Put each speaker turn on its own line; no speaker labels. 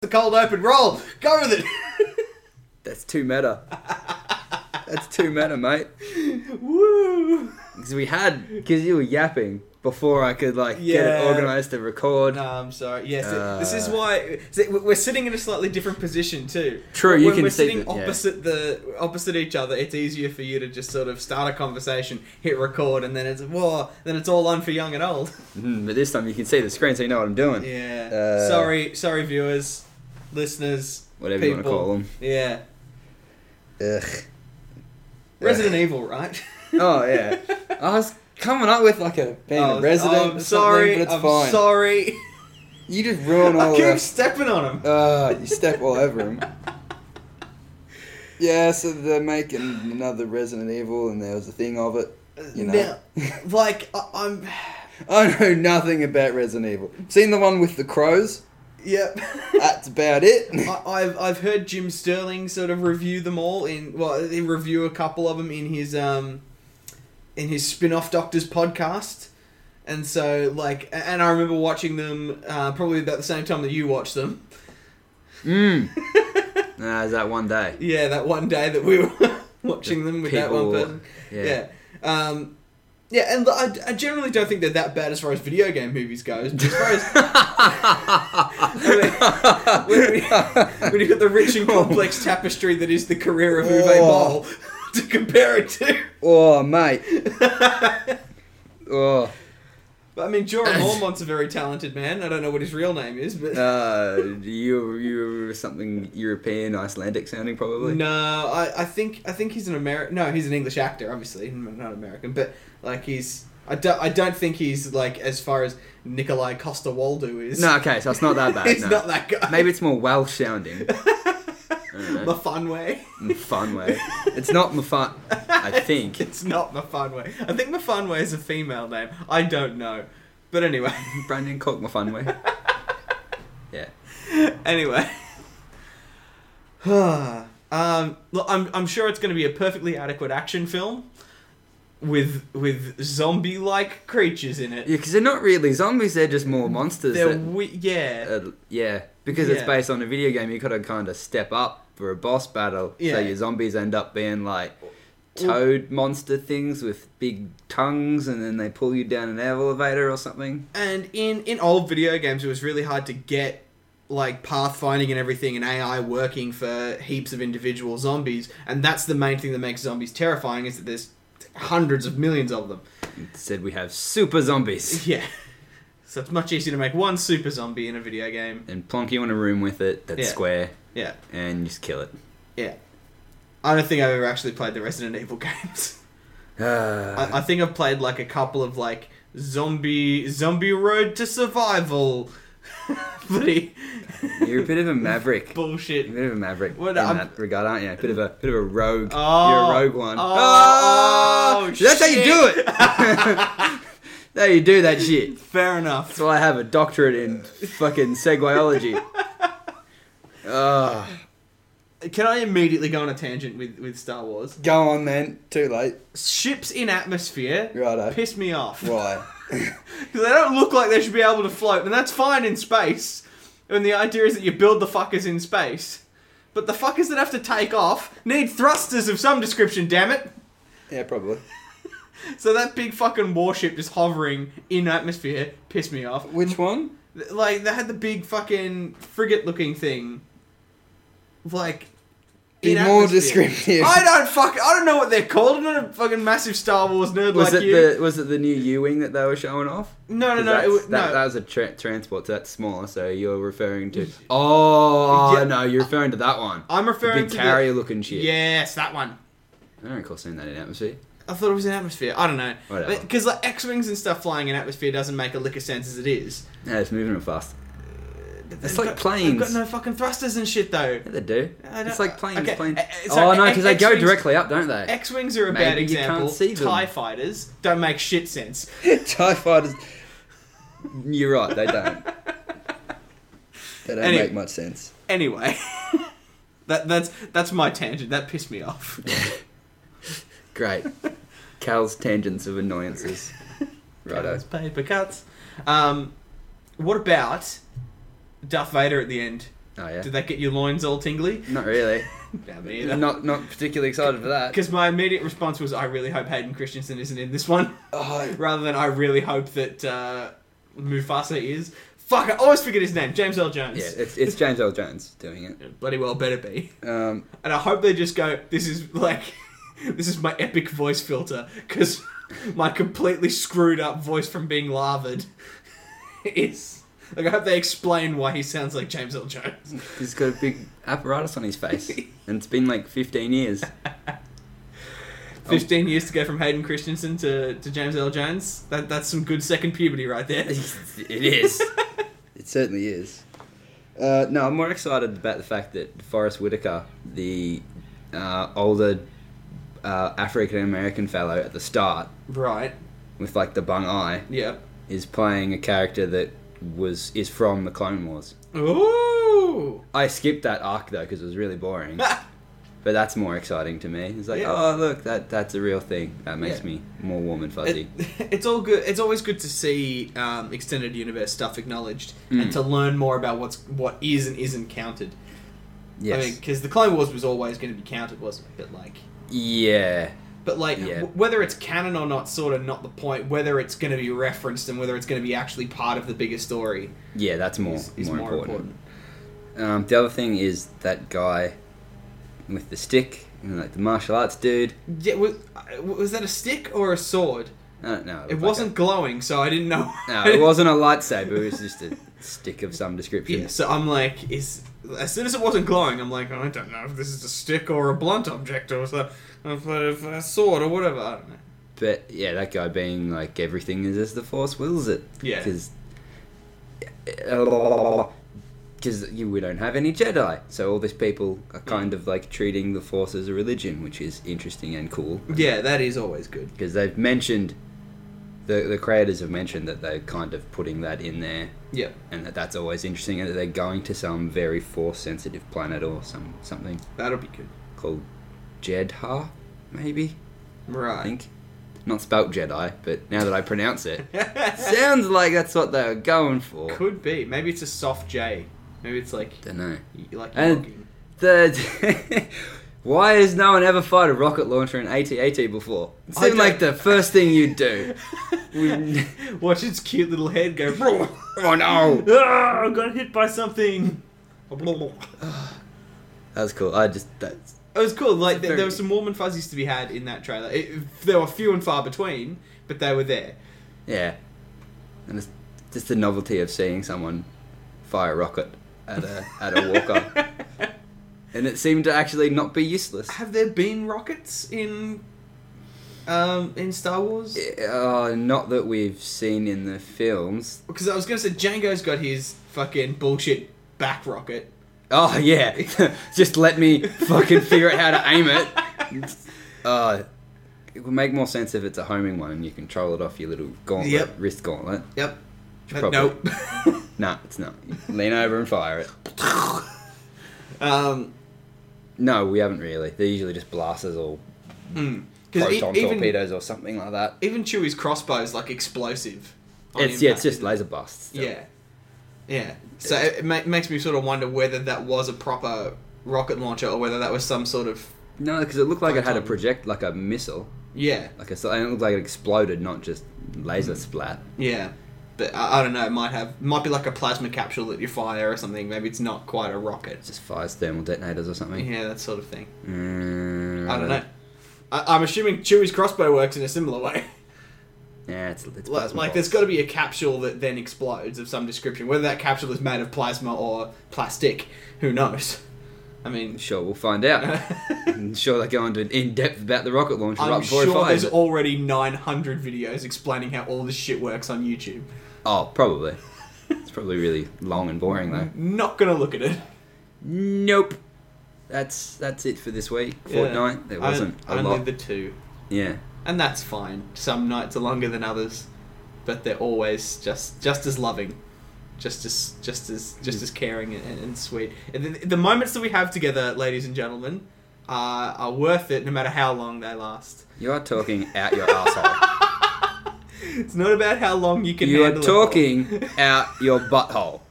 the cold open. Roll. Go with it.
That's too meta. That's too meta, mate.
Woo.
Because we had, because you were yapping before I could like get
Yeah.
it organised to record.
No, I'm sorry. Yes, it-
Uh.
this is why see, we- we're sitting in a slightly different position too.
True,
When
you can
we're
see
sitting
that, yeah.
opposite the opposite each other. It's easier for you to just sort of start a conversation, hit record, and then it's whoa, then it's all on for young and old.
Mhm, but this time you can see the screen, so you know what I'm doing.
Yeah.
Uh,
sorry, sorry, viewers, listeners,
Whatever you
people.
want to call them.
Yeah.
Ugh.
Resident Evil, right?
Oh, yeah. I was coming up with like a being
Oh,
a resident.
I'm
or something,
sorry.
but it's
I'm
fine.
sorry.
You just ruin
I
all
keep
that.
stepping on him.
Uh, you step all over him. Yeah, so they're making another Resident Evil, and there was a thing of it. You know.
Now, like I, I'm.
I know nothing about Resident Evil. Seen the one with the crows?
Yep.
That's about it.
I, I've I've heard Jim Sterling sort of review them all in well, he review a couple of them in his um, in his spin-off Doctors podcast, and so like, a- and I remember watching them uh, probably about the same time that you watched them.
Mmm. Nah, is that one day?
Yeah, that one day that we were watching them with that one
People-
person.
Yeah.
Yeah. Um, yeah, and I, I generally don't think they're that bad as far as video game movies goes. But as far as when, when, when you've got the rich and complex tapestry that is the career of Uwe
Oh.
Boll to compare it to.
Oh, mate. Oh,
But I mean, Jorah Mormont's a very talented man. I don't know what his real name is, but.
uh, you you were something European, Icelandic sounding, probably.
No, I, I think I think he's an American. No, he's an English actor, obviously, m- not American. But like he's, I don't, I don't think he's like as far as Nikolai Costa Waldo is.
No, okay, so it's not that bad.
he's
no.
not that guy.
Maybe it's more Welsh sounding.
my fun way.
in fun way. It's not my fun. I think.
it's not my fun way. I think my fun way is a female name. I don't know, but anyway,
Brandon Cook my fun way. Yeah.
anyway. um, look, I'm I'm sure it's going to be a perfectly adequate action film. With with zombie like creatures in it.
Yeah, because they're not really zombies. They're just more monsters.
They're
that-
we- yeah.
uh, yeah, because it's
Yeah.
based on a video game. You gotta kind of step up for a boss battle.
Yeah.
So your zombies end up being like toad monster things with big tongues, and then they pull you down an elevator or something.
and in in old video games, it was really hard to get like pathfinding and everything and AI working for heaps of individual zombies, and that's the main thing that makes zombies terrifying is that there's hundreds of millions of them.
Said we have super zombies.
Yeah. So it's much easier to make one super zombie in a video game.
And plonk you in a room with it that's
Yeah.
square,
Yeah.
and you just kill it.
Yeah. I don't think I've ever actually played the Resident Evil games.
Ah.
I, I think I've played like a couple of like zombie zombie road to survival bloody
You're a bit of a maverick.
bullshit
You're a bit of a maverick
What,
in
I'm-
that regard, aren't you? A bit of a bit of a rogue.
Oh.
You're a rogue one.
Oh,
Ah!
oh,
that's how you do
shit.
it. there you do that shit.
Fair enough.
That's why I have a doctorate in fucking seguiology. Ah,
Can I immediately go on a tangent with, with Star Wars?
go on, man. Too late.
Ships in atmosphere
Righto.
piss me off.
Why?
Because they don't look like they should be able to float, and that's fine in space. And the idea is that you build the fuckers in space. But the fuckers that have to take off need thrusters of some description, damn it.
Yeah, probably.
So that big fucking warship just hovering in atmosphere pissed me off.
Which one?
Th- Like, they had the big fucking frigate looking thing. Like.
Be
in
more
atmosphere.
descriptive.
I don't fuck. I don't know what they're called. I'm not a fucking massive Star Wars nerd
Was
like
it
you.
the was it the new U wing that they were showing off?
no, no,
'Cause
no. It
that's-
was,
that,
no.
that was a tra- transport, so that's smaller. So you're referring to? Oh
Yeah.
no, you're referring to that one.
I'm
The
referring
big
to
carrier looking shit.
The, yes, that one.
I don't recall seeing that in atmosphere.
I thought it was in atmosphere. I don't know.
Whatever.
Because like X wings and stuff flying in atmosphere doesn't make a lick of sense as it is.
No, it's moving real fast. It's
They've
like
got-
planes.
They've got no fucking thrusters and shit though.
Yeah, they do.
I don't-
It's like planes.
okay,
planes.
uh, uh,
oh
sorry,
no,
uh,
because they go
X-Wings-
directly up, don't they?
X wings are a
Maybe
bad
you can't
example.
see them.
Tie fighters don't make shit sense.
Tie fighters. You're right. They don't. They don't
Anyway.
make much sense.
Anyway, that that's that's my tangent. That pissed me off.
Great. Cal's tangents of annoyances. Righto.
Cuts, paper cuts. Um, what about Darth Vader at the end?
Oh yeah.
Did that get your loins all tingly?
Not really.
No, me either.
not not particularly excited for that.
Because my immediate response was, I really hope Hayden Christensen isn't in this one,
Oh,
rather than I really hope that uh, Mufasa is. Fuck, I always forget his name. James L. Jones.
yeah, it's, it's James L. Jones doing it.
Bloody well better be.
Um,
And I hope they just go, this is like, this is my epic voice filter, because my completely screwed up voice from being lathered is. Like, I hope they explain why he sounds like James L. Jones.
he's got a big apparatus on his face, and it's been like 15 years.
15 years to go from Hayden Christensen to, to James L. Jones. That, that's some good second puberty right there.
it is. it certainly is. Uh, no, I'm more excited about the fact that Forrest Whitaker, the uh, older uh, African American fellow at the start
Right.
with like the bung eye,
Yeah.
is playing a character that was is from the Clone Wars.
Ooh.
I skipped that arc though because it was really boring.
Ah!
But that's more exciting to me. It's like,
Yeah.
oh look, that that's a real thing. That makes
Yeah.
me more warm and
It-
fuzzy.
it's all good. It's always good to see um, extended universe stuff acknowledged
Mm.
and to learn more about what's what is and isn't counted.
yes.
I mean, because the Clone Wars was always going to be counted, wasn't it? But like,
yeah.
but like,
Yeah.
w- whether it's canon or not, sort of not the point. Whether it's going to be referenced and whether it's going to be actually part of the bigger story
Yeah, that's more
is, is
more, important. Um, the other thing is that guy with the stick, you know, like the martial arts dude.
Yeah, was, uh, was that a stick or a sword?
I don't know.
It wasn't glowing, so I didn't know.
no, it wasn't a lightsaber. It was just a stick of some description.
Yeah, so I'm like, is as soon as it wasn't glowing, I'm like, I don't know if this is a stick or a blunt object or a, a, a sword or whatever. I don't know.
But yeah, that guy being like everything is as the force wills it.
Yeah.
Because we don't have any Jedi, so all these people are kind of like treating the force as a religion, which is interesting and cool.
Yeah, that is always good.
because they've mentioned the the creators have mentioned that they're kind of putting that in there
Yeah,
and that that's always interesting and that they're going to some very force sensitive planet or some something
that'll be good.
called Jedha maybe I
Right.
think not spelt Jedi but now that I pronounce it sounds like that's what they were going for
Could be. Maybe it's a soft J. Maybe it's like
don't know
y- like
And-
yogging.
the Why has no one ever fired a rocket launcher in AT-AT before? It
I
seemed like
don't-
the first thing you'd do. We-
Watch its cute little head go.
oh no!
ah, I got hit by something.
That was cool. I just that's
It was cool. Like there,
Very
there were
good.
some warm and fuzzies to be had in that trailer. It, it- they were few and far between, but they were there.
yeah, and it's just the novelty of seeing someone fire a rocket at a at a walker, and it seemed to actually not be useless.
Have there been rockets in um, in Star Wars?
Uh, not that we've seen in the films.
Because I was gonna say Django's got his fucking bullshit back rocket.
Oh yeah, just let me fucking figure out how to aim it. Uh, it would make more sense if it's a homing one and you control it off your little gauntlet,
Yep.
wrist gauntlet.
Yep.
Probably.
Nope.
Nah, it's not. You lean over and fire it.
um,
No, we haven't really. They're usually just blasters or
because
proton
e-, even
torpedoes or something like that.
even Chewie's crossbow is like explosive. on
It's yeah, it's
impact.
just laser blasts. still.
Yeah, yeah. So it, it ma- makes me sort of wonder whether that was a proper rocket launcher or whether that was some sort of
No, because it looked like it had a
Proton.
project, like a missile,
yeah,
like a, and it looked like it exploded, not just laser splat.
yeah. But I, I don't know. It might have might be like a plasma capsule that you fire or something. Maybe it's not quite a rocket.
It just fires thermal detonators or something.
Yeah, that sort of thing.
Mm,
I don't know. I, I'm assuming Chewie's crossbow works in a similar way.
Yeah, it's, it's
like,
plasma
like there's got
bolts.
to be a capsule that then explodes of some description. Whether that capsule is made of plasma or plastic, who knows? I mean,
Sure, we'll find out. I'm sure they go into in depth about the rocket launcher right
I'm
before
sure
it fires.
there's already 900 videos explaining how all this shit works on YouTube.
Oh, probably. it's probably really long and boring though.
Not gonna look at it.
Nope. That's that's it for this week. Fortnite. There
I-
wasn't a
only
lot.
the two,
Yeah.
and that's fine. Some nights are longer than others, but they're always just just as loving, just as just as just as caring and, and sweet. And the, the moments that we have together, ladies and gentlemen, are are worth it, no matter how long they last.
You are talking out your asshole.
It's not about how long you can.
you are
handle it for.
talking out your butthole.